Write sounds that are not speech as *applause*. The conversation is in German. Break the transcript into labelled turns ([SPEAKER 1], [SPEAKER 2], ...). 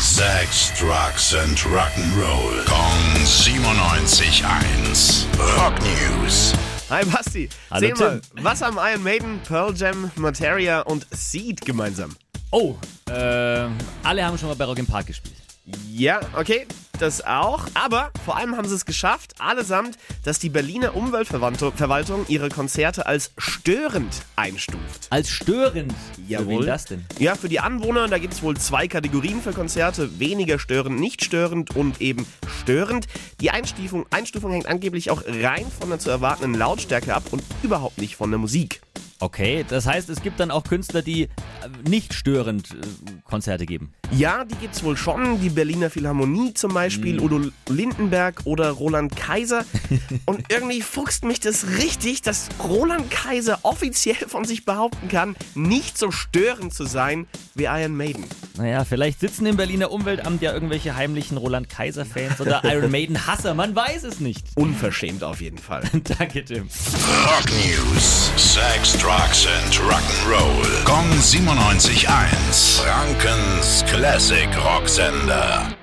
[SPEAKER 1] Sex, Drugs and Rock'n'Roll. Kong 97.1. Rock News.
[SPEAKER 2] Hi Basti.
[SPEAKER 3] Hallo,
[SPEAKER 2] Sehen wir, was haben Iron Maiden, Pearl Jam, Materia und Seed gemeinsam?
[SPEAKER 3] Oh, äh, alle haben schon mal bei Rock im Park gespielt.
[SPEAKER 2] Ja, okay, das auch. Aber vor allem haben sie es geschafft, allesamt, dass die Berliner Umweltverwaltung ihre Konzerte als störend einstuft.
[SPEAKER 3] Als störend. Für wen das denn?
[SPEAKER 2] Ja, für die Anwohner, da gibt es wohl zwei Kategorien für Konzerte. Weniger störend, nicht störend und eben störend. Die Einstufung, Einstufung hängt angeblich auch rein von der zu erwartenden Lautstärke ab und überhaupt nicht von der Musik.
[SPEAKER 3] Okay, das heißt, es gibt dann auch Künstler, die äh, nicht störend äh, Konzerte geben.
[SPEAKER 2] Ja, die gibt's wohl schon. Die Berliner Philharmonie zum Beispiel, Udo Lindenberg oder Roland Kaiser. Und irgendwie fuchst mich das richtig, dass Roland Kaiser offiziell von sich behaupten kann, nicht so störend zu sein wie Iron Maiden.
[SPEAKER 3] Naja, vielleicht sitzen im Berliner Umweltamt ja irgendwelche heimlichen Roland Kaiser-Fans oder Iron Maiden-Hasser. Man weiß es nicht. *laughs*
[SPEAKER 2] Unverschämt auf jeden Fall.
[SPEAKER 3] Danke, Tim.
[SPEAKER 1] Rock News. Sex, Drugs and Rock'n'Roll. Kong 97.1. Frankens Classic Rocksender.